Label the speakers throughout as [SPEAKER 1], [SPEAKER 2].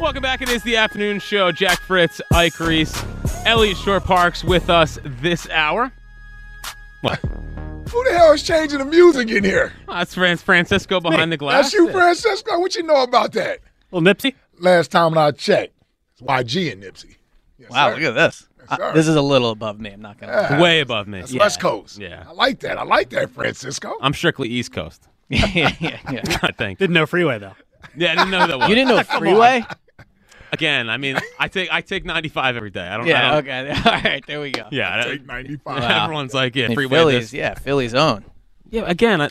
[SPEAKER 1] Welcome back. It is the afternoon show. Jack Fritz, Ike Reese, Elliot Shore Parks with us this hour. What?
[SPEAKER 2] Who the hell is changing the music in here?
[SPEAKER 1] Oh, that's Franz Francisco behind the glass.
[SPEAKER 2] That's you, Francisco. What you know about that?
[SPEAKER 3] Well, Nipsey.
[SPEAKER 2] Last time I checked, it's YG and Nipsey. Yes,
[SPEAKER 3] Wow,
[SPEAKER 2] sir.
[SPEAKER 3] look at this. Uh,
[SPEAKER 2] sir.
[SPEAKER 3] this is a little above me. I'm not gonna. lie.
[SPEAKER 1] Way above me.
[SPEAKER 2] That's West Coast.
[SPEAKER 1] Yeah.
[SPEAKER 2] I like that. I like that, Francisco.
[SPEAKER 1] I'm strictly East Coast.
[SPEAKER 3] yeah, yeah, yeah.
[SPEAKER 1] I think.
[SPEAKER 3] Didn't know freeway though.
[SPEAKER 1] Yeah, I didn't know that one.
[SPEAKER 3] You didn't know freeway?
[SPEAKER 1] Again, I mean, I take I take 95 every day. I don't. I
[SPEAKER 3] yeah. uh,
[SPEAKER 1] don't
[SPEAKER 3] Okay. All right. There we go.
[SPEAKER 1] Uh-huh. Yeah. I
[SPEAKER 2] Take
[SPEAKER 1] don't-
[SPEAKER 2] 95.
[SPEAKER 3] Wow.
[SPEAKER 1] Everyone's like, yeah,
[SPEAKER 3] And
[SPEAKER 1] free
[SPEAKER 3] Philly's. Yeah, Philly's own
[SPEAKER 1] Yeah. Again, I,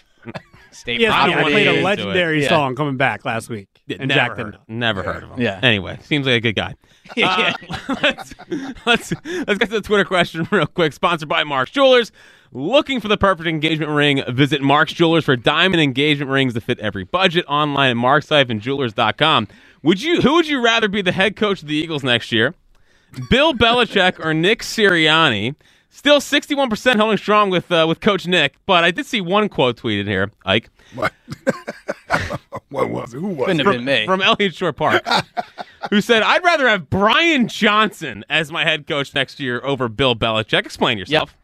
[SPEAKER 3] state
[SPEAKER 1] I don't
[SPEAKER 3] property. property.
[SPEAKER 1] wanna
[SPEAKER 3] Yeah,
[SPEAKER 1] played a leg- legendary
[SPEAKER 3] Yeah.
[SPEAKER 4] song coming back last week.
[SPEAKER 1] never heard, never heard of him.
[SPEAKER 3] Yeah.
[SPEAKER 1] Anyway, seems like a good guy. Uh, let's, let's let's get to the Twitter question real quick. Sponsored by Mark Jewelers. Looking for the perfect engagement ring? Visit Mark's Jewelers for diamond engagement rings that fit every budget. Online at marks-jewelers.com. Would you? Who would you rather be the head coach of the Eagles next year? Bill Belichick or Nick Sirianni? Still 61% holding strong with uh, with Coach Nick, but I did see one quote tweeted here, Ike.
[SPEAKER 2] What? what was it? Who was
[SPEAKER 3] Couldn't
[SPEAKER 2] it?
[SPEAKER 3] have been me.
[SPEAKER 1] from Elliott Shore Park, who said, "I'd rather have Brian Johnson as my head coach next year over Bill Belichick." Explain yourself.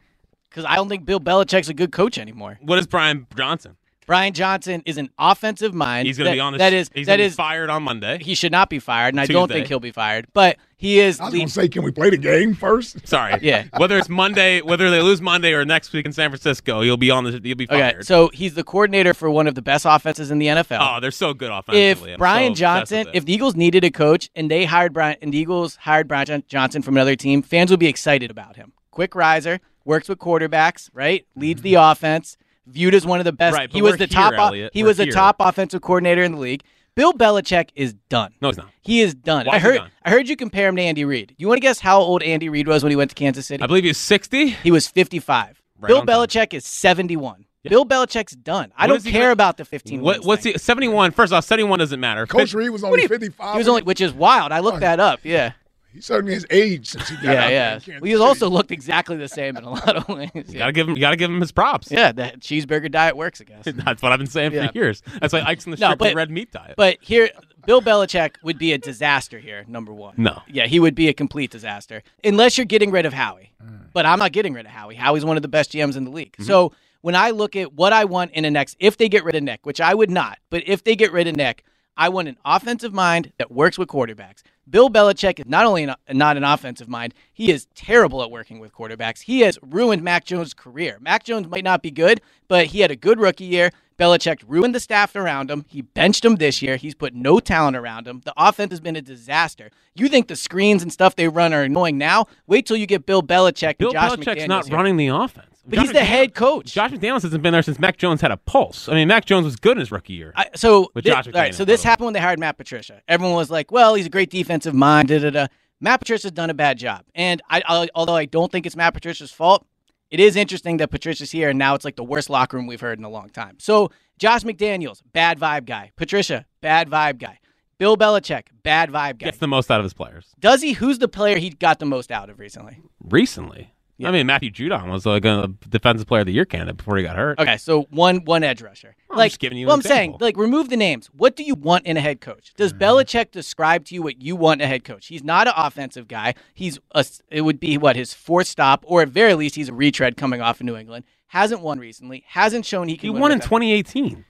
[SPEAKER 3] Because I don't think Bill Belichick's a good coach anymore.
[SPEAKER 1] What is Brian Johnson?
[SPEAKER 3] Brian Johnson is an offensive mind.
[SPEAKER 1] He's going to
[SPEAKER 3] that-
[SPEAKER 1] be on this.
[SPEAKER 3] That is.
[SPEAKER 1] he's
[SPEAKER 3] that
[SPEAKER 1] gonna be
[SPEAKER 3] is.
[SPEAKER 1] fired on Monday.
[SPEAKER 3] He should not be fired, and I don't
[SPEAKER 1] Tuesday.
[SPEAKER 3] think he'll be fired. But he is.
[SPEAKER 2] I was
[SPEAKER 3] the-
[SPEAKER 2] going to say, can we play the game first?
[SPEAKER 1] Sorry.
[SPEAKER 3] Yeah.
[SPEAKER 1] Whether it's Monday, whether they lose Monday or next week in San Francisco, you'll be on the. You'll be
[SPEAKER 3] okay.
[SPEAKER 1] fired.
[SPEAKER 3] So he's the coordinator for one of the best offenses in the NFL.
[SPEAKER 1] oh, they're so good offensively.
[SPEAKER 3] if
[SPEAKER 1] I'm
[SPEAKER 3] Brian
[SPEAKER 1] so obsessed
[SPEAKER 3] Johnson,
[SPEAKER 1] with it.
[SPEAKER 3] if the Eagles needed a coach and they hired Brian and the Eagles hired Brian Jon- Johnson from another team, fans would be excited about him. Quick riser, works with quarterbacks, right? Leads the offense, viewed as one of the best.
[SPEAKER 1] Mm-hmm. Right, but
[SPEAKER 3] he was
[SPEAKER 1] we're
[SPEAKER 3] the
[SPEAKER 1] here,
[SPEAKER 3] top. o-
[SPEAKER 1] Elliot.
[SPEAKER 3] he
[SPEAKER 1] We're
[SPEAKER 3] was the
[SPEAKER 1] here.
[SPEAKER 3] top offensive coordinator in the league. Bill Belichick is done.
[SPEAKER 1] no, he's not.
[SPEAKER 3] He is done.
[SPEAKER 1] Why
[SPEAKER 3] I
[SPEAKER 1] is he
[SPEAKER 3] heard.
[SPEAKER 1] done?
[SPEAKER 3] I heard you compare him to Andy Reid. You want to guess how old Andy Reid was when he went to Kansas City?
[SPEAKER 1] I believe he's sixty.
[SPEAKER 3] he was 55.
[SPEAKER 1] Right
[SPEAKER 3] Bill
[SPEAKER 1] on time.
[SPEAKER 3] Belichick is 71. Bill Belichick's done. I
[SPEAKER 1] What
[SPEAKER 3] don't
[SPEAKER 1] is he
[SPEAKER 3] care
[SPEAKER 1] gonna-
[SPEAKER 3] about the 15.
[SPEAKER 1] What,
[SPEAKER 3] wins
[SPEAKER 1] what's
[SPEAKER 3] thing.
[SPEAKER 1] he? Seventy-one. First off, seventy-one doesn't matter.
[SPEAKER 2] Coach
[SPEAKER 1] Fif-
[SPEAKER 2] Reed was only 55.
[SPEAKER 3] He was only, which is wild. I looked that up. Yeah,
[SPEAKER 2] He certainly his age since he got out
[SPEAKER 3] yeah,
[SPEAKER 2] there
[SPEAKER 3] yeah.
[SPEAKER 2] in Kansas
[SPEAKER 3] Well, he
[SPEAKER 2] City.
[SPEAKER 3] also looked exactly the same in a lot of ways.
[SPEAKER 1] You
[SPEAKER 3] Yeah,
[SPEAKER 1] gotta give him. You gotta give him his props.
[SPEAKER 3] yeah that cheeseburger diet works, I guess.
[SPEAKER 1] That's what I've been saying
[SPEAKER 3] Yeah.
[SPEAKER 1] for years. That's why Ike's in the
[SPEAKER 3] No,
[SPEAKER 1] strip
[SPEAKER 3] but-
[SPEAKER 1] red meat diet.
[SPEAKER 3] But here, Bill Belichick would be a disaster here. Number one.
[SPEAKER 1] No.
[SPEAKER 3] Yeah, he would be a complete disaster unless you're getting rid of Howie. But I'm not getting rid of Howie. Howie's one of the best GMs in the league. So when I look at what I want in a next, if they get rid of Nick, which I would not, but if they get rid of Nick, I want an offensive mind that works with quarterbacks. Bill Belichick is not only an, not an offensive mind, he is terrible at working with quarterbacks. He has ruined Mac Jones' career. Mac Jones might not be good, but he had a good rookie year. Belichick ruined the staff around him. He benched him this year. He's put no talent around him. The offense has been a disaster. You think the screens and stuff they run are annoying now? Wait till you get Bill Belichick
[SPEAKER 1] Bill
[SPEAKER 3] and Josh
[SPEAKER 1] Belichick's
[SPEAKER 3] McDaniels
[SPEAKER 1] not
[SPEAKER 3] here.
[SPEAKER 1] running the offense.
[SPEAKER 3] But he's the head coach.
[SPEAKER 1] Josh McDaniels hasn't been there since Mac Jones had a pulse. I mean, Mac Jones was good in his rookie year.
[SPEAKER 3] I, so,
[SPEAKER 1] With
[SPEAKER 3] thi-
[SPEAKER 1] Josh
[SPEAKER 3] all right,
[SPEAKER 1] McDaniels,
[SPEAKER 3] so this
[SPEAKER 1] by the way.
[SPEAKER 3] happened when they hired Matt Patricia. Everyone was like, well, he's a great defensive mind, da da da. Matt Patricia's done a bad job. And I, I, although I don't think it's Matt Patricia's fault, it is interesting that Patricia's here and now it's like the worst locker room we've heard in a long time. So, Josh McDaniels, bad vibe guy. Patricia, bad vibe guy. Bill Belichick, bad vibe guy.
[SPEAKER 1] Gets the most out of his players
[SPEAKER 3] Does he? Who's the player he got the most out of recently?
[SPEAKER 1] recently. I mean, Matthew Judon was like a defensive player of the year candidate before he got hurt.
[SPEAKER 3] Okay, so one one edge rusher.
[SPEAKER 1] I'm
[SPEAKER 3] like,
[SPEAKER 1] just giving you
[SPEAKER 3] well,
[SPEAKER 1] an
[SPEAKER 3] I'm saying,
[SPEAKER 1] example. Mm.
[SPEAKER 3] like, remove the names. What do you want in a head coach? Does Belichick describe to you what you want in a head coach? He's not an offensive guy. He's a. It would be what his fourth stop, or at very least, he's a retread coming off of New England. Hasn't won recently. Hasn't shown he can.
[SPEAKER 1] He
[SPEAKER 3] win
[SPEAKER 1] won in
[SPEAKER 3] with-
[SPEAKER 1] 2018.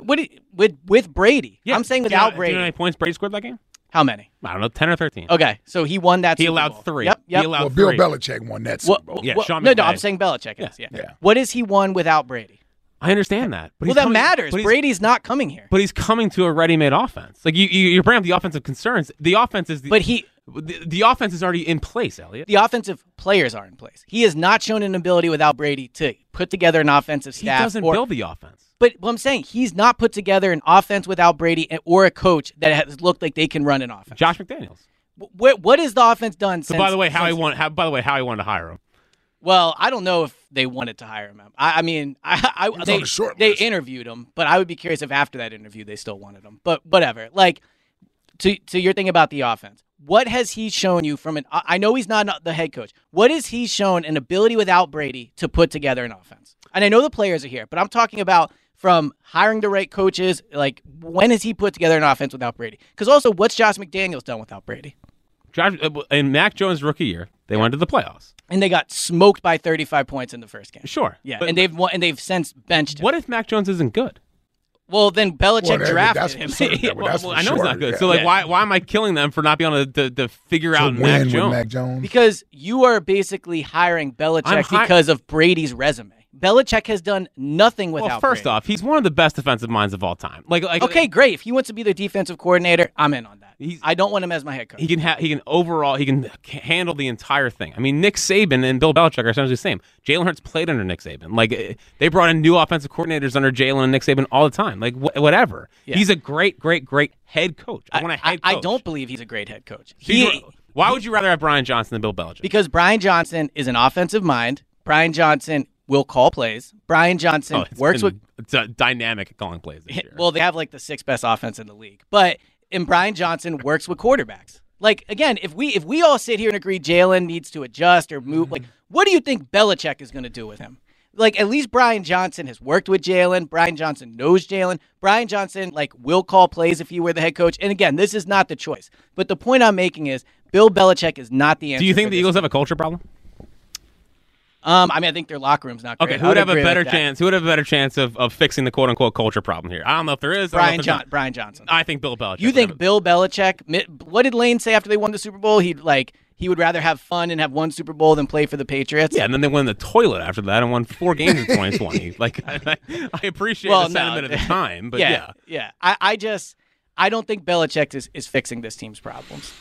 [SPEAKER 3] What do you- with with Brady? I'm saying
[SPEAKER 1] Do you know-
[SPEAKER 3] without
[SPEAKER 1] Do you
[SPEAKER 3] Brady.
[SPEAKER 1] know how many points Brady scored that game?
[SPEAKER 3] How many?
[SPEAKER 1] I don't know, ten or thirteen.
[SPEAKER 3] Okay, so he won that.
[SPEAKER 1] He
[SPEAKER 3] Super
[SPEAKER 1] allowed
[SPEAKER 3] Bowl.
[SPEAKER 1] three.
[SPEAKER 3] Yep, yep.
[SPEAKER 1] He allowed
[SPEAKER 2] Well, Bill
[SPEAKER 1] three.
[SPEAKER 2] Belichick won that Super
[SPEAKER 3] What-
[SPEAKER 2] Bowl.
[SPEAKER 1] Yeah,
[SPEAKER 3] what-
[SPEAKER 1] Sean
[SPEAKER 3] no, no, I'm
[SPEAKER 1] McVay.
[SPEAKER 3] saying Belichick. Is, yeah.
[SPEAKER 2] Yeah.
[SPEAKER 3] What is he won without Brady?
[SPEAKER 1] I understand that. But he's
[SPEAKER 3] Well, that
[SPEAKER 1] coming-
[SPEAKER 3] matters.
[SPEAKER 1] But he's,
[SPEAKER 3] Brady's not coming here.
[SPEAKER 1] but he's coming to a ready-made offense. Like you, you, you're bringing up the offensive concerns. The offense is the,
[SPEAKER 3] But he,
[SPEAKER 1] the, the offense is already in place, Elliot.
[SPEAKER 3] the offensive players are in place. He has not shown an ability without Brady to put together an offensive
[SPEAKER 1] He
[SPEAKER 3] staff.
[SPEAKER 1] doesn't
[SPEAKER 3] or-
[SPEAKER 1] build the offense.
[SPEAKER 3] But what I'm saying, he's not put together an offense without Brady and- or a coach that has looked like they can run an offense.
[SPEAKER 1] Josh McDaniels.
[SPEAKER 3] Wh- what, what has the offense done
[SPEAKER 1] So
[SPEAKER 3] since?
[SPEAKER 1] by the way, how he
[SPEAKER 3] since-
[SPEAKER 1] want? How, by the way, how he wanted to hire him.
[SPEAKER 3] Well, I don't know if they wanted to hire him. I, I mean, I, I
[SPEAKER 2] was
[SPEAKER 3] they
[SPEAKER 2] on the short
[SPEAKER 3] they
[SPEAKER 2] list.
[SPEAKER 3] interviewed him, but I would be curious if after that interview they still wanted him. But whatever. Like to to your thing about the offense, what has he shown you from an? I I know he's not the head coach. What has he shown an ability without Brady to put together an offense? And I know the players are here, but I'm talking about from hiring the right coaches. Like when has he put together an offense without Brady? Because also, what's Josh McDaniels done without Brady?
[SPEAKER 1] Josh uh, in Mac Jones' rookie year, they went to the playoffs.
[SPEAKER 3] And they got smoked by 35 points in the first game.
[SPEAKER 1] Sure.
[SPEAKER 3] Yeah,
[SPEAKER 1] But
[SPEAKER 3] and they've won, and they've since benched him.
[SPEAKER 1] what if Mac Jones isn't good?
[SPEAKER 3] Well, then Belichick
[SPEAKER 2] Well, that-
[SPEAKER 3] drafted
[SPEAKER 2] that's
[SPEAKER 3] him.
[SPEAKER 2] for certain. Yeah, well, that's
[SPEAKER 1] well,
[SPEAKER 2] for
[SPEAKER 1] I know it's
[SPEAKER 2] sure,
[SPEAKER 1] not good.
[SPEAKER 2] yeah.
[SPEAKER 1] So like,
[SPEAKER 3] Yeah.
[SPEAKER 1] why why am I killing them for not being able to to, to figure out Mac
[SPEAKER 2] To win with
[SPEAKER 1] Jones?
[SPEAKER 2] Mac Jones.
[SPEAKER 3] because you are basically hiring Belichick
[SPEAKER 1] I'm hi-
[SPEAKER 3] because of Brady's resume. Brady has done nothing without.
[SPEAKER 1] well, first
[SPEAKER 3] Brady.
[SPEAKER 1] off, he's one of the best defensive minds of all time. Like, like
[SPEAKER 3] okay, great. If he wants to be the defensive coordinator, I'm in on that.
[SPEAKER 1] He's-
[SPEAKER 3] I don't want him as my head coach.
[SPEAKER 1] he can ha- he can overall he can c- handle the entire thing. I mean, Nick Saban and Bill Belichick are essentially the same. Jalen Hurts played under Nick Saban. Like eh, they brought in new offensive coordinators under Jalen and Nick Saban all the time. Like wh- whatever.
[SPEAKER 3] Yeah.
[SPEAKER 1] He's a great, great, great head coach. I, want a head
[SPEAKER 3] I,
[SPEAKER 1] coach.
[SPEAKER 3] don't believe he's a great head coach.
[SPEAKER 1] He's-
[SPEAKER 3] He,
[SPEAKER 1] why would you rather have Brian Johnson than Bill Belichick?
[SPEAKER 3] because Brian Johnson is an offensive mind. Brian Johnson will call plays. Brian Johnson
[SPEAKER 1] Oh, it's
[SPEAKER 3] works
[SPEAKER 1] been
[SPEAKER 3] with
[SPEAKER 1] d- dynamic calling plays this year.
[SPEAKER 3] Well, they have like the sixth best offense in the league, but and Brian Johnson works with quarterbacks. Like again, if we if we all sit here and agree Jalen needs to adjust or move,
[SPEAKER 1] Mm-hmm.
[SPEAKER 3] like what do you think Belichick is going to do with him? Like at least Brian Johnson has worked with Jalen. Brian Johnson knows Jalen. Brian Johnson like will call plays if you were the head coach. And again, this is not the choice. But the point I'm making is Bill Belichick is not the answer.
[SPEAKER 1] Do you think
[SPEAKER 3] for
[SPEAKER 1] the
[SPEAKER 3] this.
[SPEAKER 1] Eagles have a culture problem?
[SPEAKER 3] Um, I mean, I think their locker room's not great.
[SPEAKER 1] Okay,
[SPEAKER 3] I
[SPEAKER 1] who would have a
[SPEAKER 3] agree with
[SPEAKER 1] better
[SPEAKER 3] that.
[SPEAKER 1] chance? Who would have a better chance of, of fixing the quote unquote culture problem here? I don't know if there is. I don't know
[SPEAKER 3] Brian
[SPEAKER 1] if there's
[SPEAKER 3] John
[SPEAKER 1] not.
[SPEAKER 3] Brian Johnson.
[SPEAKER 1] I think Bill Belichick.
[SPEAKER 3] You
[SPEAKER 1] would have
[SPEAKER 3] think
[SPEAKER 1] a-
[SPEAKER 3] Bill Belichick? mi- What did Lane say after they won the Super Bowl? He would like he would rather have fun and have one Super Bowl than play for the Patriots.
[SPEAKER 1] Yeah, and then they went in the toilet after that and won four games in 2020. Like, I, I appreciate
[SPEAKER 3] Well,
[SPEAKER 1] the
[SPEAKER 3] no,
[SPEAKER 1] sentiment at
[SPEAKER 3] they-
[SPEAKER 1] the time, but
[SPEAKER 3] yeah,
[SPEAKER 1] yeah.
[SPEAKER 3] yeah. I, I just I don't think Belichick is is fixing this team's problems,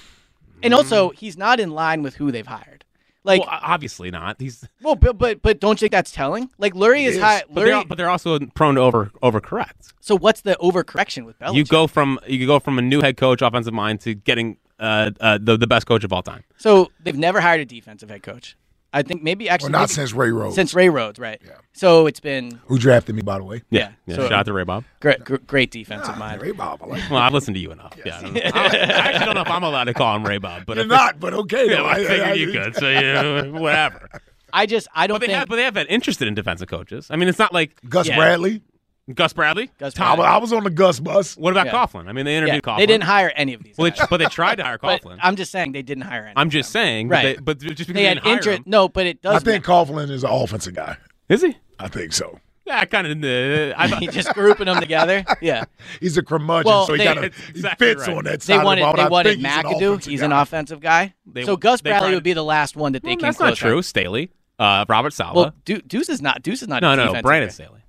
[SPEAKER 3] and also he's not in line with who they've hired. Like,
[SPEAKER 1] Mm. well, o- obviously not. He's
[SPEAKER 3] well, but but, but don't you think that's telling? Like, Lurie is,
[SPEAKER 2] is,
[SPEAKER 3] high.
[SPEAKER 1] but they're,
[SPEAKER 3] Lurie,
[SPEAKER 1] al- but they're also prone to over overcorrect.
[SPEAKER 3] so what's the overcorrection with Belichick?
[SPEAKER 1] You go from you go from a new head coach, offensive mind, to getting uh, uh, the the best coach of all time.
[SPEAKER 3] so they've never hired a defensive head coach. I think maybe
[SPEAKER 2] Well,
[SPEAKER 3] actually
[SPEAKER 2] not
[SPEAKER 3] maybe-
[SPEAKER 2] since Ray Rhodes,
[SPEAKER 3] since Ray Rhodes, right? Yeah. So it's been
[SPEAKER 2] who drafted me, by the way.
[SPEAKER 3] Yeah,
[SPEAKER 1] yeah.
[SPEAKER 3] so-
[SPEAKER 1] Shout out to Ray Bob.
[SPEAKER 3] great, gr- great defensive
[SPEAKER 2] Ah,
[SPEAKER 3] mind.
[SPEAKER 2] Ray Bob, I like
[SPEAKER 1] Well, I've listened to you enough. Yeah, I, don't know. I actually don't know if I'm allowed to call him Ray Bob, but
[SPEAKER 2] You're
[SPEAKER 1] if
[SPEAKER 2] not, but okay.
[SPEAKER 1] Yeah,
[SPEAKER 2] though.
[SPEAKER 1] well, I
[SPEAKER 2] I- I-
[SPEAKER 1] figured you could. So yeah, whatever.
[SPEAKER 3] I just I don't
[SPEAKER 1] But they
[SPEAKER 3] think
[SPEAKER 1] have, but they have been interested in defensive coaches. I mean, it's not like
[SPEAKER 2] Gus
[SPEAKER 3] Yeah.
[SPEAKER 2] Bradley.
[SPEAKER 1] Gus Bradley.
[SPEAKER 3] Gus
[SPEAKER 2] I, wa- I was on the Gus bus.
[SPEAKER 1] What about
[SPEAKER 3] Yeah.
[SPEAKER 1] Coughlin? I mean, they
[SPEAKER 3] Yeah,
[SPEAKER 1] interviewed Coughlin.
[SPEAKER 3] they didn't hire any of these.
[SPEAKER 1] Well,
[SPEAKER 3] guys.
[SPEAKER 1] they tr- but they tried to hire
[SPEAKER 3] But
[SPEAKER 1] Coughlin.
[SPEAKER 3] I'm just saying they didn't hire any.
[SPEAKER 1] I'm
[SPEAKER 3] of
[SPEAKER 1] just
[SPEAKER 3] them.
[SPEAKER 1] saying,
[SPEAKER 3] Right.
[SPEAKER 1] But, they, but just because
[SPEAKER 3] they had
[SPEAKER 1] didn't hire
[SPEAKER 3] interest.
[SPEAKER 1] him-
[SPEAKER 3] No, but it
[SPEAKER 2] I
[SPEAKER 3] does.
[SPEAKER 2] think Coughlin is an offensive guy.
[SPEAKER 1] is he?
[SPEAKER 2] I think so.
[SPEAKER 1] Yeah, kind of. Uh, I
[SPEAKER 3] matter.
[SPEAKER 1] thought,
[SPEAKER 3] just grouping them together. Yeah,
[SPEAKER 2] He's a curmudgeon,
[SPEAKER 3] Well,
[SPEAKER 2] so he
[SPEAKER 3] they-
[SPEAKER 2] kind of
[SPEAKER 1] That's
[SPEAKER 2] he
[SPEAKER 1] exactly
[SPEAKER 2] fits
[SPEAKER 1] right.
[SPEAKER 2] on that side.
[SPEAKER 3] they
[SPEAKER 2] of the
[SPEAKER 3] wanted
[SPEAKER 2] ball, but
[SPEAKER 3] they
[SPEAKER 2] I
[SPEAKER 3] wanted
[SPEAKER 2] think he's an
[SPEAKER 3] McAdoo.
[SPEAKER 2] offensive
[SPEAKER 3] He's
[SPEAKER 2] guy.
[SPEAKER 3] an offensive guy.
[SPEAKER 1] They-
[SPEAKER 3] so Gus
[SPEAKER 1] they
[SPEAKER 3] Bradley
[SPEAKER 1] tried-
[SPEAKER 3] would be the last one that they
[SPEAKER 1] well,
[SPEAKER 3] can
[SPEAKER 1] that's
[SPEAKER 3] close
[SPEAKER 1] not true.
[SPEAKER 3] on.
[SPEAKER 1] Staley, uh, Robert Sala.
[SPEAKER 3] Well, Du- Deuce is not. Deuce is not.
[SPEAKER 1] no,
[SPEAKER 3] a
[SPEAKER 1] no, no,
[SPEAKER 3] defensive
[SPEAKER 1] Brandon
[SPEAKER 3] guy.
[SPEAKER 1] Staley.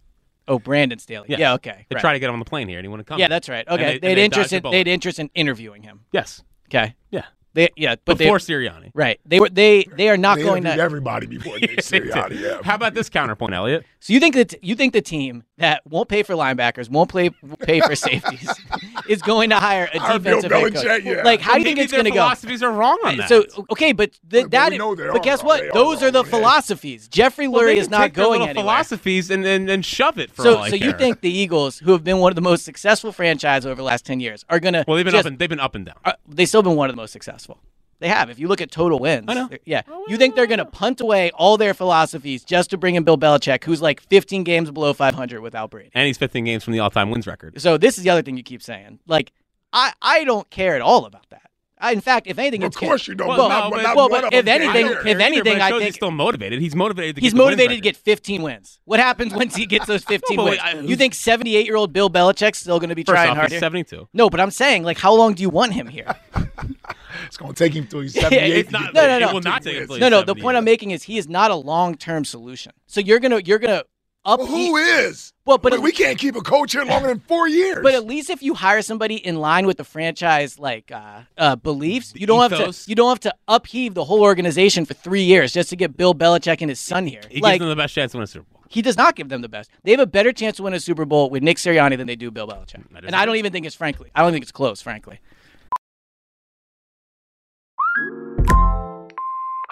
[SPEAKER 3] Oh, Brandon Staley.
[SPEAKER 1] Yes.
[SPEAKER 3] Yeah, okay.
[SPEAKER 1] They
[SPEAKER 3] right.
[SPEAKER 1] tried to get him on the plane here, and he wouldn't come.
[SPEAKER 3] Yeah, that's right.
[SPEAKER 1] And
[SPEAKER 3] Okay,
[SPEAKER 1] they- and
[SPEAKER 3] would
[SPEAKER 1] they
[SPEAKER 3] interest.
[SPEAKER 1] dodged a
[SPEAKER 3] In,
[SPEAKER 1] bullet.
[SPEAKER 3] they'd interest in interviewing him.
[SPEAKER 1] Yes.
[SPEAKER 3] Okay.
[SPEAKER 1] Yeah.
[SPEAKER 3] They yeah, but
[SPEAKER 1] Before
[SPEAKER 3] they
[SPEAKER 1] Sirianni.
[SPEAKER 3] right. They were they they are not
[SPEAKER 2] They
[SPEAKER 3] going
[SPEAKER 2] interviewed
[SPEAKER 3] to.
[SPEAKER 2] everybody before Nick Sirianni. Yeah.
[SPEAKER 1] How about this counterpoint, Elliot?
[SPEAKER 3] So you think that you think the team that won't pay for linebackers, won't play pay for safeties, is going to hire a
[SPEAKER 2] Hire Bill
[SPEAKER 3] defensive head coach?
[SPEAKER 2] Belichick, yeah.
[SPEAKER 3] Like, how do you
[SPEAKER 1] Maybe
[SPEAKER 3] think it's
[SPEAKER 1] their
[SPEAKER 3] going to go?
[SPEAKER 1] philosophies are wrong on that.
[SPEAKER 3] So okay, but th-
[SPEAKER 2] Well,
[SPEAKER 3] that
[SPEAKER 2] we know they
[SPEAKER 3] but
[SPEAKER 2] are
[SPEAKER 3] guess
[SPEAKER 2] wrong.
[SPEAKER 3] what?
[SPEAKER 2] They are
[SPEAKER 3] Those are,
[SPEAKER 2] wrong,
[SPEAKER 3] the
[SPEAKER 2] yeah.
[SPEAKER 3] philosophies. Jeffrey
[SPEAKER 1] Well,
[SPEAKER 3] Lurie
[SPEAKER 1] they
[SPEAKER 3] is
[SPEAKER 1] can
[SPEAKER 3] not
[SPEAKER 1] take their
[SPEAKER 3] going
[SPEAKER 1] little
[SPEAKER 3] anywhere.
[SPEAKER 1] philosophies and, and, and shove it for
[SPEAKER 3] so
[SPEAKER 1] all I
[SPEAKER 3] so you
[SPEAKER 1] care.
[SPEAKER 3] think the Eagles, who have been one of the most successful franchise over the last ten years, are going to?
[SPEAKER 1] Well, they've been
[SPEAKER 3] just,
[SPEAKER 1] up and they've been up and down.
[SPEAKER 3] uh, they still been one of the most successful. They have. If you look at total wins,
[SPEAKER 1] I know.
[SPEAKER 3] they're- yeah, you think they're going to punt away all their philosophies just to bring in Bill Belichick, who's like 15 games below 500 without Brady.
[SPEAKER 1] And he's 15 games from the all-time wins record.
[SPEAKER 3] So this is the other thing you keep saying. Like, I I don't care at all about that. I, in fact, if anything,
[SPEAKER 2] Of
[SPEAKER 3] it's ca-
[SPEAKER 2] course you don't.
[SPEAKER 1] Well,
[SPEAKER 2] Not-
[SPEAKER 1] no, but-
[SPEAKER 2] not
[SPEAKER 3] well,
[SPEAKER 2] one
[SPEAKER 3] but
[SPEAKER 2] of them
[SPEAKER 3] if
[SPEAKER 2] cares.
[SPEAKER 3] anything-
[SPEAKER 2] I don't
[SPEAKER 3] if
[SPEAKER 2] care.
[SPEAKER 3] any- anything,
[SPEAKER 1] but it
[SPEAKER 3] I
[SPEAKER 1] shows
[SPEAKER 3] think-
[SPEAKER 1] he's still motivated. He's motivated. To
[SPEAKER 3] he's
[SPEAKER 1] get the wins
[SPEAKER 3] motivated to
[SPEAKER 1] record.
[SPEAKER 3] get 15 wins. What happens once he gets those 15
[SPEAKER 1] Well,
[SPEAKER 3] wins?
[SPEAKER 1] but I-
[SPEAKER 3] you think 78 year old Bill Belichick's still going to be
[SPEAKER 1] First
[SPEAKER 3] trying
[SPEAKER 1] off,
[SPEAKER 3] hard
[SPEAKER 1] he's
[SPEAKER 3] here?
[SPEAKER 1] 72.
[SPEAKER 3] No, but I'm saying, like, how long do you want him here?
[SPEAKER 2] It's going to take him through his 78.
[SPEAKER 1] it's
[SPEAKER 2] to
[SPEAKER 1] not-
[SPEAKER 2] get
[SPEAKER 1] no,
[SPEAKER 2] there.
[SPEAKER 3] no, no.
[SPEAKER 1] It will not take him till
[SPEAKER 2] Well,
[SPEAKER 1] he's
[SPEAKER 3] No, no. The
[SPEAKER 1] 70
[SPEAKER 3] point I'm
[SPEAKER 1] years.
[SPEAKER 3] making is he is not a long-term solution. So you're gonna you're gonna up.
[SPEAKER 2] who is?
[SPEAKER 3] Well, but
[SPEAKER 2] Like,
[SPEAKER 3] it-
[SPEAKER 2] we can't keep a coach here longer than four years.
[SPEAKER 3] But at least if you hire somebody in line with the franchise like uh, uh, beliefs, you don't have
[SPEAKER 1] ethos.
[SPEAKER 3] to you don't have to upheave the whole organization for three years just to get Bill Belichick and his son here.
[SPEAKER 1] He
[SPEAKER 3] like
[SPEAKER 1] gives them the best chance to win a Super Bowl.
[SPEAKER 3] he does not give them the best. They have a better chance to win a Super Bowl with Nick Sirianni than they do Bill Belichick.
[SPEAKER 1] I
[SPEAKER 3] and I don't even think it's frankly. I don't think it's close, frankly.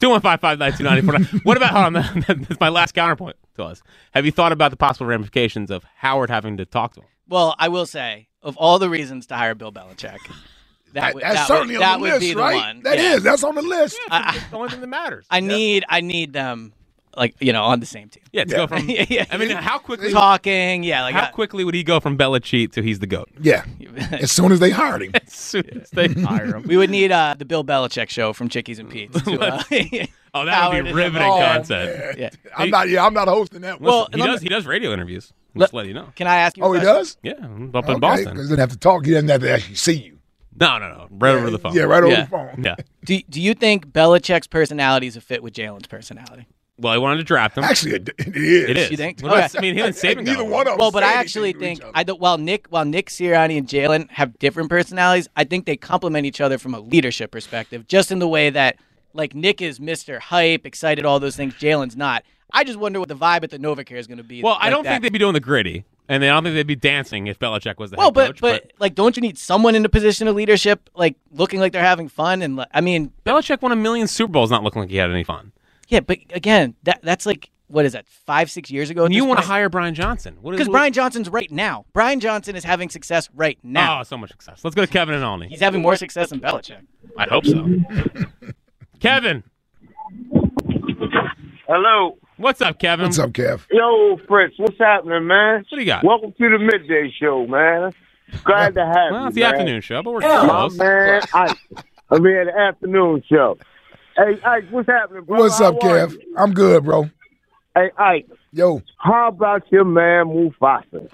[SPEAKER 1] Two one five five nine two ninety four. What about? Hold on, that's my last counterpoint to us. Have you thought about the possible ramifications of Howard having to talk to him?
[SPEAKER 3] Well, I will say, of all the reasons to hire Bill Belichick, that,
[SPEAKER 2] That-
[SPEAKER 3] would,
[SPEAKER 2] that's
[SPEAKER 3] that
[SPEAKER 2] certainly
[SPEAKER 3] would,
[SPEAKER 2] on
[SPEAKER 3] that
[SPEAKER 2] the
[SPEAKER 3] would
[SPEAKER 2] list,
[SPEAKER 3] be the
[SPEAKER 2] right?
[SPEAKER 3] one.
[SPEAKER 2] That
[SPEAKER 3] Yeah.
[SPEAKER 2] is, That's on the list.
[SPEAKER 3] I-
[SPEAKER 1] It's the only thing that matters.
[SPEAKER 3] I need I need them like you know on the same team.
[SPEAKER 1] yeah, to go from.
[SPEAKER 3] Yeah, yeah.
[SPEAKER 1] I mean, how quickly?
[SPEAKER 3] Talking, yeah, like uh,
[SPEAKER 1] How
[SPEAKER 3] I-
[SPEAKER 1] quickly would he go from Bella cheat to he's the goat?
[SPEAKER 2] yeah. as soon as they hired him.
[SPEAKER 1] As soon as they hire him.
[SPEAKER 3] we would need uh, the Bill Belichick show from Chickies and Pete. to, uh,
[SPEAKER 1] Oh, that
[SPEAKER 3] Howard
[SPEAKER 1] would be
[SPEAKER 3] and-
[SPEAKER 1] riveting
[SPEAKER 3] Oh,
[SPEAKER 1] content.
[SPEAKER 3] yeah.
[SPEAKER 2] I'm not. Yeah, I'm not hosting that. one.
[SPEAKER 3] Well,
[SPEAKER 1] he
[SPEAKER 3] let me-
[SPEAKER 1] does. He does radio interviews. Just let you know.
[SPEAKER 3] Can I ask you? a
[SPEAKER 2] oh, he
[SPEAKER 3] question?
[SPEAKER 2] does.
[SPEAKER 1] Yeah, up in
[SPEAKER 2] Okay,
[SPEAKER 1] Boston.
[SPEAKER 2] 'cause he doesn't have to talk. He doesn't have to actually see you.
[SPEAKER 1] No, no, no. Right over the phone.
[SPEAKER 2] Yeah, right over
[SPEAKER 3] Yeah.
[SPEAKER 2] the phone.
[SPEAKER 1] Yeah.
[SPEAKER 3] Do, do you think Belichick's personality is a fit with Jalen's personality?
[SPEAKER 1] Well, he wanted to draft him.
[SPEAKER 2] Actually, it, it is.
[SPEAKER 1] it is.
[SPEAKER 3] you think?
[SPEAKER 1] What about-
[SPEAKER 3] Okay.
[SPEAKER 1] I mean, him and Saban.
[SPEAKER 2] Neither
[SPEAKER 1] got
[SPEAKER 2] one of them.
[SPEAKER 3] well, but
[SPEAKER 2] say
[SPEAKER 3] I
[SPEAKER 2] anything
[SPEAKER 3] actually
[SPEAKER 2] to
[SPEAKER 3] think
[SPEAKER 2] each other.
[SPEAKER 3] I don't, while Nick while Nick Sirianni and Jalen have different personalities, I think they complement each other from a leadership perspective, just in the way that like Nick is Mr. Hype, excited, all those things. Jalen's not. I just wonder what the vibe at the Novacare is going to be.
[SPEAKER 1] Well, I
[SPEAKER 3] like
[SPEAKER 1] don't
[SPEAKER 3] that.
[SPEAKER 1] think they'd be doing the gritty, and they, I don't think they'd be dancing if Belichick was the
[SPEAKER 3] Well,
[SPEAKER 1] head
[SPEAKER 3] but,
[SPEAKER 1] coach.
[SPEAKER 3] but like, don't you need someone in a position of leadership, like looking like they're having fun? And like, I mean,
[SPEAKER 1] Belichick won a million Super Bowls, not looking like he had any fun.
[SPEAKER 3] yeah, but again, that that's like what is that five six years ago?
[SPEAKER 1] And you want to hire Brian Johnson? What is-
[SPEAKER 3] because
[SPEAKER 1] what-
[SPEAKER 3] Brian Johnson's right now. Brian Johnson is having success right now.
[SPEAKER 1] Oh, so much success. Let's go to Kevin and Olney.
[SPEAKER 3] He's having more success than Belichick.
[SPEAKER 1] I hope so. Kevin,
[SPEAKER 5] Hello.
[SPEAKER 1] what's up, Kevin?
[SPEAKER 2] What's up, Kev?
[SPEAKER 5] Yo, Fritz, what's happening, man?
[SPEAKER 1] What do you got?
[SPEAKER 5] Welcome to the midday show, man. Glad to have
[SPEAKER 1] Well,
[SPEAKER 5] you.
[SPEAKER 1] it's the
[SPEAKER 5] man.
[SPEAKER 1] afternoon show, but we're
[SPEAKER 5] My
[SPEAKER 1] close.
[SPEAKER 5] man, Ike. I'm here at the afternoon show. Hey, Ike, what's happening, bro?
[SPEAKER 2] What's up,
[SPEAKER 5] How are
[SPEAKER 2] Kev?
[SPEAKER 5] you?
[SPEAKER 2] I'm good, bro.
[SPEAKER 5] Hey, Ike,
[SPEAKER 2] Yo,
[SPEAKER 5] how about your man Mufasa?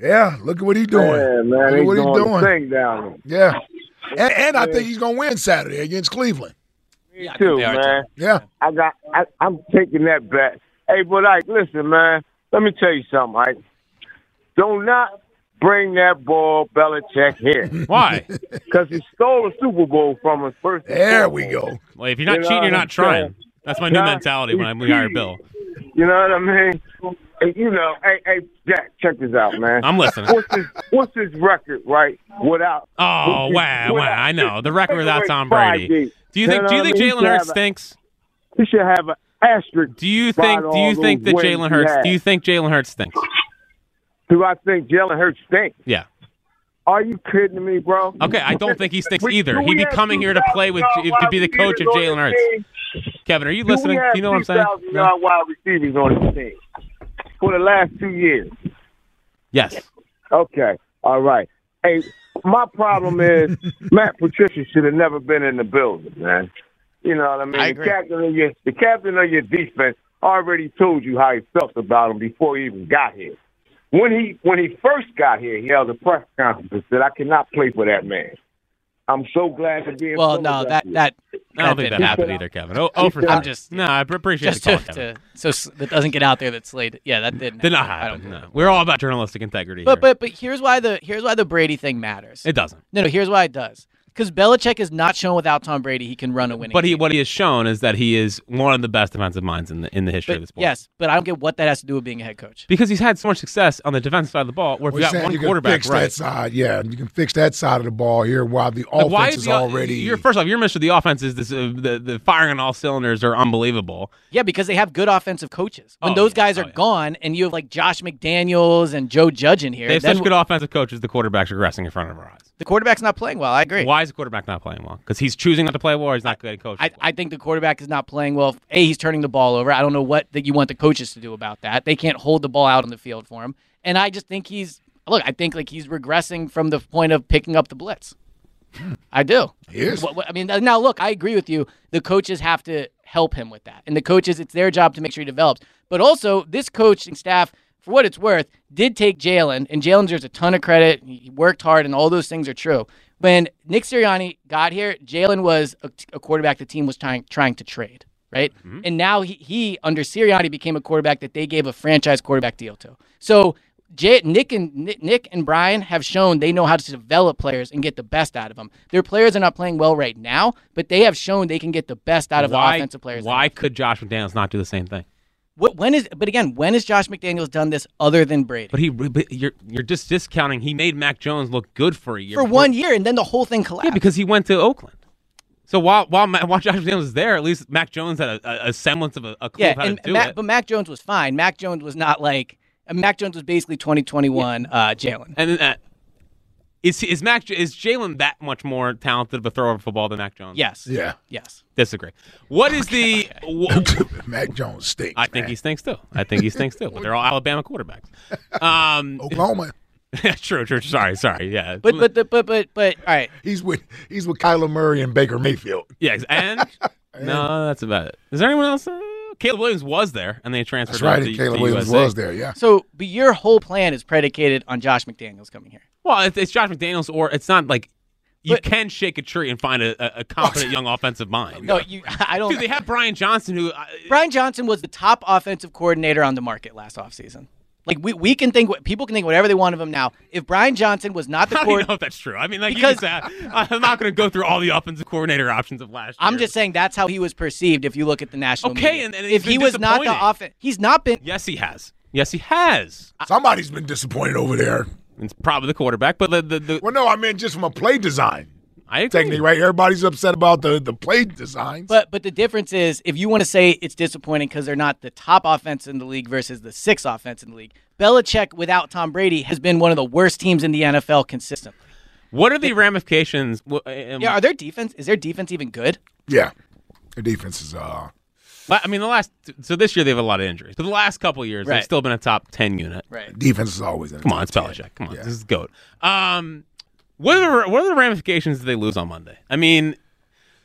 [SPEAKER 2] yeah. Look at what he's doing.
[SPEAKER 5] Yeah,
[SPEAKER 2] Look
[SPEAKER 5] man,
[SPEAKER 2] at
[SPEAKER 5] he's
[SPEAKER 2] what
[SPEAKER 5] doing,
[SPEAKER 2] he's doing.
[SPEAKER 5] the thing down there.
[SPEAKER 2] Yeah. And, and I think he's gonna win Saturday against Cleveland.
[SPEAKER 3] Yeah, I think
[SPEAKER 5] too,
[SPEAKER 3] they are, too.
[SPEAKER 5] man.
[SPEAKER 2] Yeah.
[SPEAKER 5] I got. I, I'm taking that bet. Hey, but Ike, listen, man. Let me tell you something, Ike. Do not bring that ball, Belichick, here
[SPEAKER 1] Why?
[SPEAKER 5] because he stole a Super Bowl from us first. and
[SPEAKER 2] There
[SPEAKER 5] foremost.
[SPEAKER 2] we go.
[SPEAKER 1] Well, if you're not
[SPEAKER 5] You know
[SPEAKER 1] cheating, you're
[SPEAKER 5] what
[SPEAKER 1] not
[SPEAKER 5] I'm
[SPEAKER 1] trying.
[SPEAKER 5] saying?
[SPEAKER 1] That's my new
[SPEAKER 5] Nah,
[SPEAKER 1] mentality when I
[SPEAKER 5] he's
[SPEAKER 1] we hire
[SPEAKER 5] cheating.
[SPEAKER 1] Bill.
[SPEAKER 5] You know what I mean? Hey, you know, hey, hey, Jack, check this out, man.
[SPEAKER 1] I'm listening.
[SPEAKER 5] What's his What's his record, right? Without
[SPEAKER 1] Oh
[SPEAKER 5] Without-
[SPEAKER 1] wow, wow! I know the record without Tom Brady.
[SPEAKER 5] Friday.
[SPEAKER 1] Do you think?
[SPEAKER 5] You
[SPEAKER 1] Do you
[SPEAKER 5] know
[SPEAKER 1] think
[SPEAKER 5] what I mean?
[SPEAKER 1] Jalen
[SPEAKER 5] Yeah,
[SPEAKER 1] Hurts
[SPEAKER 5] but-
[SPEAKER 1] stinks?
[SPEAKER 5] he should have an asterisk.
[SPEAKER 1] Do you
[SPEAKER 5] Right
[SPEAKER 1] think? Do you
[SPEAKER 5] on
[SPEAKER 1] think that
[SPEAKER 5] those
[SPEAKER 1] Jalen
[SPEAKER 5] wins he
[SPEAKER 1] Hurts? Do
[SPEAKER 5] had.
[SPEAKER 1] you think Jalen Hurts stinks?
[SPEAKER 5] Do I think Jalen Hurts stinks?
[SPEAKER 1] Yeah.
[SPEAKER 5] Are you kidding me, bro?
[SPEAKER 1] Okay, I don't think he stinks
[SPEAKER 5] We-
[SPEAKER 1] either.
[SPEAKER 5] do
[SPEAKER 1] He'd
[SPEAKER 5] we
[SPEAKER 1] be
[SPEAKER 5] have
[SPEAKER 1] coming here to play with,
[SPEAKER 5] 2,000
[SPEAKER 1] to be the coach of
[SPEAKER 5] wide
[SPEAKER 1] Jalen Hurts.
[SPEAKER 5] receivers
[SPEAKER 1] Kevin, are you
[SPEAKER 5] on this team? Do we
[SPEAKER 1] listening?
[SPEAKER 5] have
[SPEAKER 1] Do you know what I'm saying?
[SPEAKER 5] 2,000
[SPEAKER 1] No?
[SPEAKER 5] yard wide receivers on this team for the last two years.
[SPEAKER 1] Yes.
[SPEAKER 5] Okay. All right. Hey, my problem is Matt Patricia should have never been in the building, man. You know what I mean?
[SPEAKER 3] I
[SPEAKER 5] the
[SPEAKER 3] agree.
[SPEAKER 5] captain of your the captain of your defense already told you how he felt about him before he even got here. When he when he first got here, he held a press conference and said, "I cannot play for that man." I'm so glad to be in.
[SPEAKER 3] Well, no, that
[SPEAKER 5] Philadelphia."
[SPEAKER 3] that
[SPEAKER 1] I don't think that
[SPEAKER 3] didn't
[SPEAKER 1] happened either, Kevin. Oh, oh for
[SPEAKER 5] I'm
[SPEAKER 1] sure.
[SPEAKER 3] just-
[SPEAKER 1] no. I appreciate
[SPEAKER 3] Just
[SPEAKER 1] the
[SPEAKER 3] to,
[SPEAKER 1] call, Kevin.
[SPEAKER 3] to- so s- that doesn't get out there that Slade. Yeah, that didn't.
[SPEAKER 1] Did not
[SPEAKER 3] I don't
[SPEAKER 1] happen.
[SPEAKER 3] believe
[SPEAKER 1] No. We're all about journalistic integrity.
[SPEAKER 3] it. But
[SPEAKER 1] here.
[SPEAKER 3] but but here's why the here's why the Brady thing matters.
[SPEAKER 1] it doesn't.
[SPEAKER 3] no, no, here's why it does. Because Belichick has not shown without Tom Brady he can run a winning.
[SPEAKER 1] But he
[SPEAKER 3] team.
[SPEAKER 1] what he has shown is that he is one of the best defensive minds in the in the history of
[SPEAKER 3] But-
[SPEAKER 1] the sport.
[SPEAKER 3] yes, but I don't get what that has to do with being a head coach.
[SPEAKER 1] because he's had so much success on the defensive side of the ball, where if
[SPEAKER 2] We're
[SPEAKER 1] you got
[SPEAKER 2] saying
[SPEAKER 1] one
[SPEAKER 2] you can
[SPEAKER 1] quarterback
[SPEAKER 2] fix
[SPEAKER 1] right.
[SPEAKER 2] that side, yeah. You can fix that side of the ball here while the
[SPEAKER 1] Like,
[SPEAKER 2] offense
[SPEAKER 1] why
[SPEAKER 2] is
[SPEAKER 1] the-
[SPEAKER 2] already.
[SPEAKER 1] You're, first off, your mission of the offense is this: uh, the the firing on all cylinders are unbelievable.
[SPEAKER 3] Yeah, because they have good offensive coaches. When
[SPEAKER 1] Oh,
[SPEAKER 3] those
[SPEAKER 1] yeah.
[SPEAKER 3] guys
[SPEAKER 1] Oh,
[SPEAKER 3] are
[SPEAKER 1] yeah.
[SPEAKER 3] gone and you have like Josh McDaniels and Joe Judge in here,
[SPEAKER 1] They have
[SPEAKER 3] then
[SPEAKER 1] such good offensive coaches. The quarterback's regressing in front of our eyes.
[SPEAKER 3] the quarterback's not playing well. I agree.
[SPEAKER 1] Why is the quarterback not playing well? Because he's choosing not to play well. Or he's not good at coaching.
[SPEAKER 3] I,
[SPEAKER 1] well.
[SPEAKER 3] I think the quarterback is not playing well. A, he's turning the ball over. I don't know what that you want the coaches to do about that. They can't hold the ball out on the field for him. And I just think he's look. I think like he's regressing from the point of picking up the blitz. I do.
[SPEAKER 2] Yes.
[SPEAKER 3] What- what- I mean, now look, I agree with you. The coaches have to help him with that, and the coaches, it's their job to make sure he develops. But also, this coaching staff, for what it's worth, did take Jalen, and Jalen deserves a ton of credit. He worked hard, and all those things are true. When Nick Sirianni got here, Jalen was a, a quarterback the team was trying trying to trade, right?
[SPEAKER 1] Mm-hmm.
[SPEAKER 3] And now he, he under Sirianni became a quarterback that they gave a franchise quarterback deal to. So Jay, Nick and Nick, Nick and Brian have shown they know how to develop players and get the best out of them. Their players are not playing well right now, but they have shown they can get the best out of
[SPEAKER 1] why,
[SPEAKER 3] the offensive players.
[SPEAKER 1] Why could Josh McDaniels not do the same thing?
[SPEAKER 3] Wh- When is? But again, when has Josh McDaniels done this other than Brady?
[SPEAKER 1] But he, but you're you're just discounting. He made Mac Jones look good for a year
[SPEAKER 3] for
[SPEAKER 1] before-
[SPEAKER 3] one year, and then the whole thing collapsed.
[SPEAKER 1] Yeah, because he went to Oakland. So while while, Ma- while Josh McDaniels was there, at least Mac Jones had a, a, a semblance of a, a clue
[SPEAKER 3] yeah,
[SPEAKER 1] of how
[SPEAKER 3] and
[SPEAKER 1] to do
[SPEAKER 3] Mac,
[SPEAKER 1] it.
[SPEAKER 3] but Mac Jones was fine. Mac Jones was not like uh, Mac Jones was basically 2021 uh, Jalen.
[SPEAKER 1] and then uh, is is Mac is Jalen that much more talented of a thrower of football than Mac Jones?
[SPEAKER 3] Yes.
[SPEAKER 2] yeah.
[SPEAKER 3] Yes.
[SPEAKER 1] disagree. What is the? wh-
[SPEAKER 2] Mac Jones stinks.
[SPEAKER 1] Oh. I think
[SPEAKER 2] man.
[SPEAKER 1] he stinks too. I think he stinks too. But they're all Alabama quarterbacks. Um,
[SPEAKER 2] Oklahoma.
[SPEAKER 1] true, true. Sorry, sorry. Yeah,
[SPEAKER 3] But but the, but but but all right.
[SPEAKER 2] He's with he's with Kyler Murray and Baker Mayfield.
[SPEAKER 1] yeah, ex- and no, that's about it. Is there anyone else? Uh, Caleb Williams was there, and they transferred.
[SPEAKER 2] That's right.
[SPEAKER 1] him
[SPEAKER 2] And
[SPEAKER 1] to-
[SPEAKER 2] Caleb
[SPEAKER 1] to
[SPEAKER 2] Williams
[SPEAKER 1] USC.
[SPEAKER 2] was there. Yeah.
[SPEAKER 3] So, but your whole plan is predicated on Josh McDaniels coming here.
[SPEAKER 1] Well, it's, it's Josh McDaniels, or it's not like you
[SPEAKER 3] But-
[SPEAKER 1] can shake a tree and find a, a- a competent young offensive mind.
[SPEAKER 3] No, you. I don't.
[SPEAKER 1] Dude, they have Brian Johnson, who uh,
[SPEAKER 3] Brian Johnson was the top offensive coordinator on the market last offseason. Like we, we can think what people can think whatever they want of him now. If Brian Johnson was not the
[SPEAKER 1] I don't even know
[SPEAKER 3] coordinator,
[SPEAKER 1] if that's true. I mean, like
[SPEAKER 3] Because-
[SPEAKER 1] you can say, I- I'm not going to go through all the offensive coordinator options of last year.
[SPEAKER 3] I'm just saying that's how he was perceived. If you look at the national,
[SPEAKER 1] Okay,
[SPEAKER 3] media.
[SPEAKER 1] and- and he's
[SPEAKER 3] if
[SPEAKER 1] been
[SPEAKER 3] he was not the
[SPEAKER 1] disappointing.
[SPEAKER 3] offense, he's not been.
[SPEAKER 1] Yes, he has. Yes, he has.
[SPEAKER 2] Somebody's been disappointed over there.
[SPEAKER 1] It's probably the quarterback, but the the, the
[SPEAKER 2] Well, no, I mean just from a play design
[SPEAKER 1] I agree.
[SPEAKER 2] technique, right? Everybody's upset about the the play designs.
[SPEAKER 3] But but the difference is if you want to say it's disappointing because they're not the top offense in the league versus the sixth offense in the league. Belichick without Tom Brady has been one of the worst teams in the NFL consistently.
[SPEAKER 1] What are the ramifications? uh, um, Wh- and-
[SPEAKER 3] Yeah, are their defense is their defense even good?
[SPEAKER 2] yeah, the defense is uh
[SPEAKER 1] I mean, the last so this year they have a lot of injuries, but the last couple of years
[SPEAKER 3] Right.
[SPEAKER 1] they've still been a top ten unit.
[SPEAKER 3] Right.
[SPEAKER 2] defense is always in. the
[SPEAKER 1] Come on,
[SPEAKER 2] top
[SPEAKER 1] it's
[SPEAKER 2] 10.
[SPEAKER 1] Belichick. Come on,
[SPEAKER 2] Yeah.
[SPEAKER 1] this is goat. Um, what are the what are the ramifications that they lose on Monday? I mean,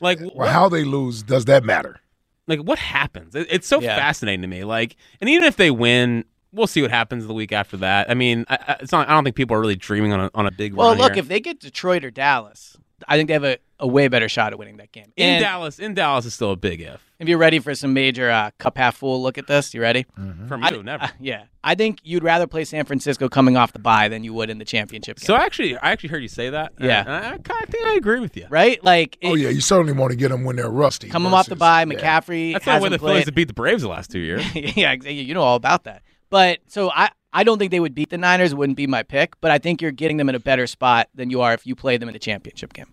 [SPEAKER 1] like wh-
[SPEAKER 2] Well, how they lose does that matter?
[SPEAKER 1] like what happens? It- it's so
[SPEAKER 3] Yeah.
[SPEAKER 1] fascinating to me. Like, and even if they win, we'll see what happens the week after that. I mean, I, I, it's not. I don't think people are really dreaming on a, on a big.
[SPEAKER 3] Well,
[SPEAKER 1] run
[SPEAKER 3] look,
[SPEAKER 1] here.
[SPEAKER 3] if they get Detroit or Dallas, I think they have a, a way better shot at winning that game.
[SPEAKER 1] in
[SPEAKER 3] And
[SPEAKER 1] Dallas, in Dallas is still a big if
[SPEAKER 3] if you're ready for some major uh, cup half full look at this, you ready?
[SPEAKER 1] from
[SPEAKER 3] I-
[SPEAKER 1] you. never.
[SPEAKER 3] Uh, yeah, I think you'd rather play San Francisco coming off the bye than you would in the championship game.
[SPEAKER 1] so actually, I actually heard you say that.
[SPEAKER 3] Yeah.
[SPEAKER 1] and I, I kinda think I agree with you.
[SPEAKER 3] right? Like, it,
[SPEAKER 2] Oh yeah, you certainly want to get them when they're rusty.
[SPEAKER 3] coming off the
[SPEAKER 2] versus-
[SPEAKER 3] bye,
[SPEAKER 2] yeah.
[SPEAKER 3] McCaffrey
[SPEAKER 1] That's not
[SPEAKER 3] hasn't
[SPEAKER 1] where the Phillies
[SPEAKER 3] played.
[SPEAKER 1] have beat the Braves the last two years.
[SPEAKER 3] yeah, exactly. You know all about that. But so I, I don't think they would beat the Niners. Wouldn't be my pick. But I think you're getting them in a better spot than you are if you play them in the championship game.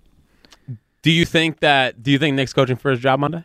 [SPEAKER 1] do you think that? Do you think Nick's coaching for his job Monday?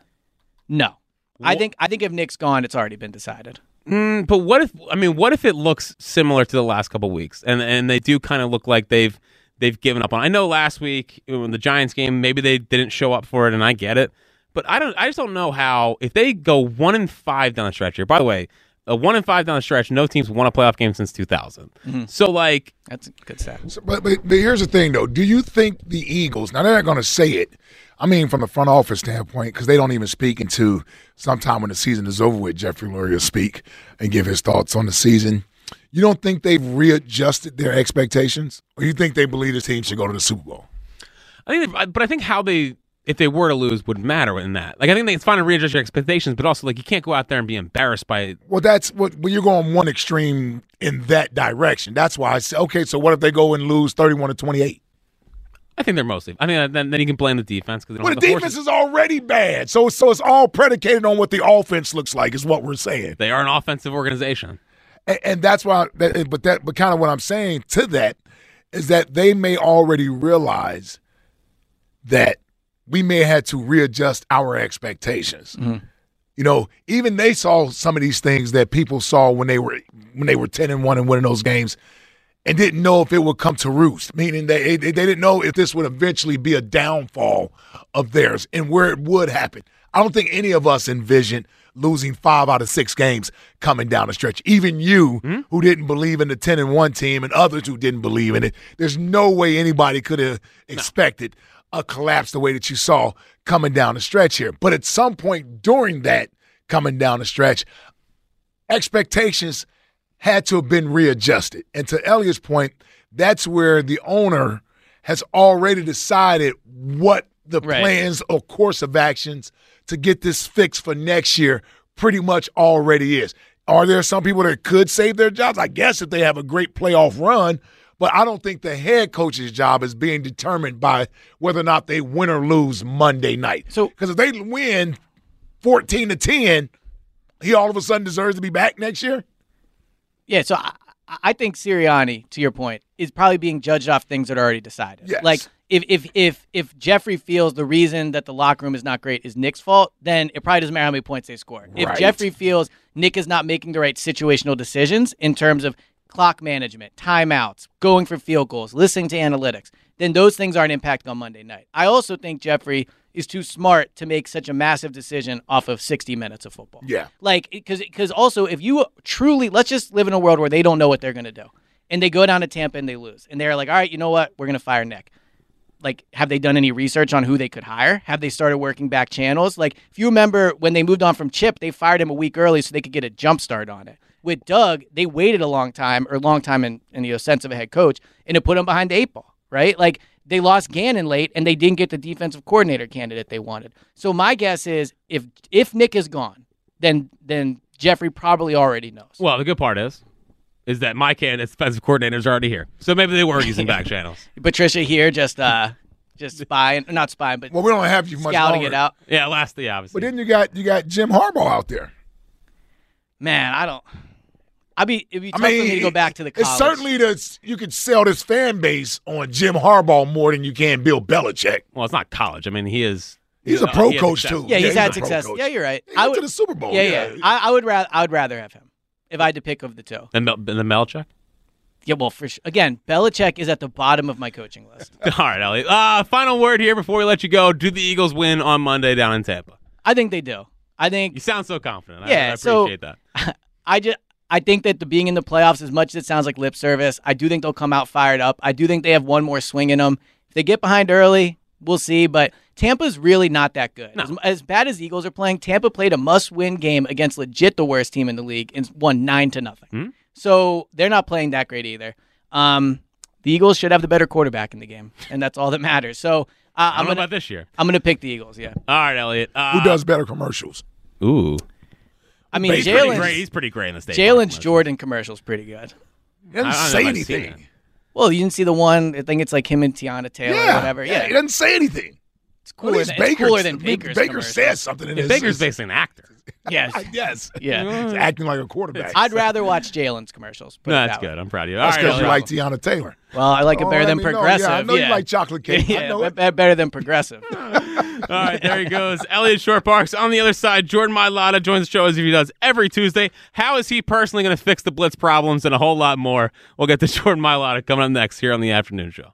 [SPEAKER 3] No, I
[SPEAKER 1] Wh-
[SPEAKER 3] think I think if Nick's gone, it's already been decided.
[SPEAKER 1] Mm, but what if I mean, what if it looks similar to the last couple weeks, and and they do kind of look like they've they've given up on? I know last week in the Giants game, maybe they didn't show up for it, and I get it. But I don't, I just don't know how if they go one and five down the stretch here. By the way, a one and five down the stretch. No teams won a playoff game since 2000.
[SPEAKER 2] Mm-hmm.
[SPEAKER 1] So like,
[SPEAKER 3] That's a good stat.
[SPEAKER 2] So, but, but but here's the thing though. Do you think the Eagles? Now they're not going to say it. I mean, from the front office standpoint, because they don't even speak until sometime when the season is over with. Jeffrey Lurie will speak and give his thoughts on the season. You don't think they've readjusted their expectations, or you think they believe this team should go to the Super Bowl?
[SPEAKER 1] I think, they- but I think how they, if they were to lose, would matter in that. Like, I think they, it's fine to readjust your expectations, but also like you can't go out there and be embarrassed by
[SPEAKER 2] Well, that's what well, you're going one extreme in that direction. That's why I say, okay, so what if they go and lose 31 to 28?
[SPEAKER 1] I think they're mostly. I think then, then you can blame the defense because they don't
[SPEAKER 2] Well,
[SPEAKER 1] have
[SPEAKER 2] the
[SPEAKER 1] the
[SPEAKER 2] defense
[SPEAKER 1] horses.
[SPEAKER 2] is already bad. So, so it's all predicated on what the offense looks like, is what we're saying.
[SPEAKER 1] They are an offensive organization.
[SPEAKER 2] And, and that's why, that, but that, but kind of what I'm saying to that is that they may already realize that we may have had to readjust our expectations. You know, even they saw some of these things that people saw when they were when they were ten and one and winning those games, and didn't know if it would come to roost. Meaning they they, they didn't know if this would eventually be a downfall of theirs and where it would happen. I don't think any of us envisioned losing five out of six games coming down the stretch. Even you, who didn't believe in the ten and one team, and others who didn't believe in it. There's no way anybody could have expected a collapse the way that you saw coming down the stretch here. But at some point during that coming down the stretch, expectations had to have been readjusted. And to Elliot's point, that's where the owner has already decided what the
[SPEAKER 3] Right.
[SPEAKER 2] plans or course of actions to get this fixed for next year pretty much already is. Are there some people that could save their jobs? I guess if they have a great playoff run, but I don't think the head coach's job is being determined by whether or not they win or lose Monday night.
[SPEAKER 3] So-
[SPEAKER 2] because if they win 14 to 10, he all of a sudden deserves to be back next year?
[SPEAKER 3] Yeah, so I, I think Sirianni, to your point, is probably being judged off things that are already decided.
[SPEAKER 2] Yes.
[SPEAKER 3] Like if if if if Jeffrey feels the reason that the locker room is not great is Nick's fault, then it probably doesn't matter how many points they score.
[SPEAKER 2] Right.
[SPEAKER 3] If Jeffrey feels Nick is not making the right situational decisions in terms of clock management, timeouts, going for field goals, listening to analytics, then those things aren't impacting on Monday night. I also think Jeffrey is too smart to make such a massive decision off of 60 minutes of football.
[SPEAKER 2] Yeah.
[SPEAKER 3] Like, because because also if you truly let's just live in a world where they don't know what they're gonna do, and they go down to Tampa and they lose, and they're like, all right, you know what, we're gonna fire Nick. Like, have they done any research on who they could hire? Have they started working back channels? Like, if you remember when they moved on from Chip, they fired him a week early so they could get a jump start on it. With Doug, they waited a long time, or long time in, in the sense of a head coach, and it put him behind the eight ball, right? Like, they lost Gannon late and they didn't get the defensive coordinator candidate they wanted. So my guess is if if Nick is gone, then then Jeffrey probably already knows.
[SPEAKER 1] Well, the good part is, is that my candidate's defensive coordinators are already here, so maybe they were using back channels.
[SPEAKER 3] Patricia here just uh just spying not spying but
[SPEAKER 2] Well, we don't have you much
[SPEAKER 3] scouting
[SPEAKER 2] longer.
[SPEAKER 3] it out.
[SPEAKER 1] Yeah, last year, obviously.
[SPEAKER 2] But then you got you got Jim Harbaugh out there.
[SPEAKER 3] Man, I don't I'd be it'd be
[SPEAKER 2] I
[SPEAKER 3] tough
[SPEAKER 2] mean,
[SPEAKER 3] for me to go back to the college.
[SPEAKER 2] It's certainly that you could sell this fan base on Jim Harbaugh more than you can Bill Belichick.
[SPEAKER 1] well, it's not college. I mean, he is.
[SPEAKER 2] He's a
[SPEAKER 1] uh,
[SPEAKER 2] pro
[SPEAKER 1] he has
[SPEAKER 2] coach
[SPEAKER 1] success.
[SPEAKER 2] too.
[SPEAKER 3] Yeah, he's
[SPEAKER 2] Yeah,
[SPEAKER 3] had
[SPEAKER 2] he's a pro
[SPEAKER 3] success.
[SPEAKER 2] coach.
[SPEAKER 3] Yeah, you're right.
[SPEAKER 2] He
[SPEAKER 3] I
[SPEAKER 2] went to
[SPEAKER 3] would-
[SPEAKER 2] the Super Bowl.
[SPEAKER 3] Yeah, yeah. I, I would rather I would rather have him if I had to pick of the two.
[SPEAKER 1] And Mel, and the Melchuk.
[SPEAKER 3] Yeah, well, for sure. Again, Belichick is at the bottom of my coaching list.
[SPEAKER 1] All right, Elliot. Uh, final word here before we let you go. Do the Eagles win on Monday down in Tampa?
[SPEAKER 3] I think they do. I think
[SPEAKER 1] You sound so confident. I- I,
[SPEAKER 3] Yeah,
[SPEAKER 1] appreciate
[SPEAKER 3] so-
[SPEAKER 1] that.
[SPEAKER 3] I just I think that the being in the playoffs, as much as it sounds like lip service, I do think they'll come out fired up. I do think they have one more swing in them. If they get behind early, we'll see. But Tampa's really not that good. As, as bad as the Eagles are playing, Tampa played a must-win game against legit the worst team in the league and won nine to nothing.
[SPEAKER 1] Hmm?
[SPEAKER 3] So they're not playing that great either. Um, the Eagles should have the better quarterback in the game, and that's all that matters. So uh,
[SPEAKER 1] I
[SPEAKER 3] I'm
[SPEAKER 1] don't know
[SPEAKER 3] gonna
[SPEAKER 1] about this year.
[SPEAKER 3] I'm gonna pick the Eagles. Yeah,
[SPEAKER 1] All right, Elliot. Uh,
[SPEAKER 2] Who does better commercials?
[SPEAKER 1] Ooh,
[SPEAKER 3] I mean
[SPEAKER 1] he's pretty
[SPEAKER 3] Jalen's
[SPEAKER 1] great. He's pretty great in the state.
[SPEAKER 3] Jalen's Jordan commercial's pretty good.
[SPEAKER 2] He doesn't
[SPEAKER 1] I don't know
[SPEAKER 2] say
[SPEAKER 1] if I've seen
[SPEAKER 2] anything.
[SPEAKER 3] Well, you didn't see the one. I think it's like him and Tiana Taylor or whatever. Yeah,
[SPEAKER 2] he doesn't say anything.
[SPEAKER 3] it's
[SPEAKER 2] Well,
[SPEAKER 3] cooler.
[SPEAKER 2] at
[SPEAKER 3] Than,
[SPEAKER 2] least
[SPEAKER 3] it's cooler than
[SPEAKER 2] I mean,
[SPEAKER 3] Baker's.
[SPEAKER 2] Baker
[SPEAKER 3] commercial.
[SPEAKER 2] says something in
[SPEAKER 1] Yeah,
[SPEAKER 2] his
[SPEAKER 1] Baker's
[SPEAKER 2] his-
[SPEAKER 1] basically an actor.
[SPEAKER 3] Yes.
[SPEAKER 2] Yes.
[SPEAKER 3] Yeah.
[SPEAKER 2] He's acting like a quarterback.
[SPEAKER 3] Hmm. I'd rather watch Jalen's commercials. Put
[SPEAKER 1] No,
[SPEAKER 3] it
[SPEAKER 1] that's
[SPEAKER 3] that way.
[SPEAKER 1] good. I'm proud of you. All
[SPEAKER 2] That's
[SPEAKER 1] right,
[SPEAKER 2] because you
[SPEAKER 1] Elliot.
[SPEAKER 2] like Tiana Taylor.
[SPEAKER 3] Well, I like it
[SPEAKER 2] Oh,
[SPEAKER 3] better
[SPEAKER 2] let
[SPEAKER 3] than
[SPEAKER 2] me know.
[SPEAKER 3] progressive.
[SPEAKER 2] Yeah, I know
[SPEAKER 3] yeah.
[SPEAKER 2] you like chocolate cake. I
[SPEAKER 3] yeah,
[SPEAKER 2] know
[SPEAKER 3] be-
[SPEAKER 2] it.
[SPEAKER 3] be- better than progressive.
[SPEAKER 1] All right, there he goes. Elliot Short Parks on the other side. Jordan Mailata joins the show as he does every Tuesday. How is he personally going to fix the blitz problems and a whole lot more? We'll get to Jordan Mailata coming up next here on the afternoon show.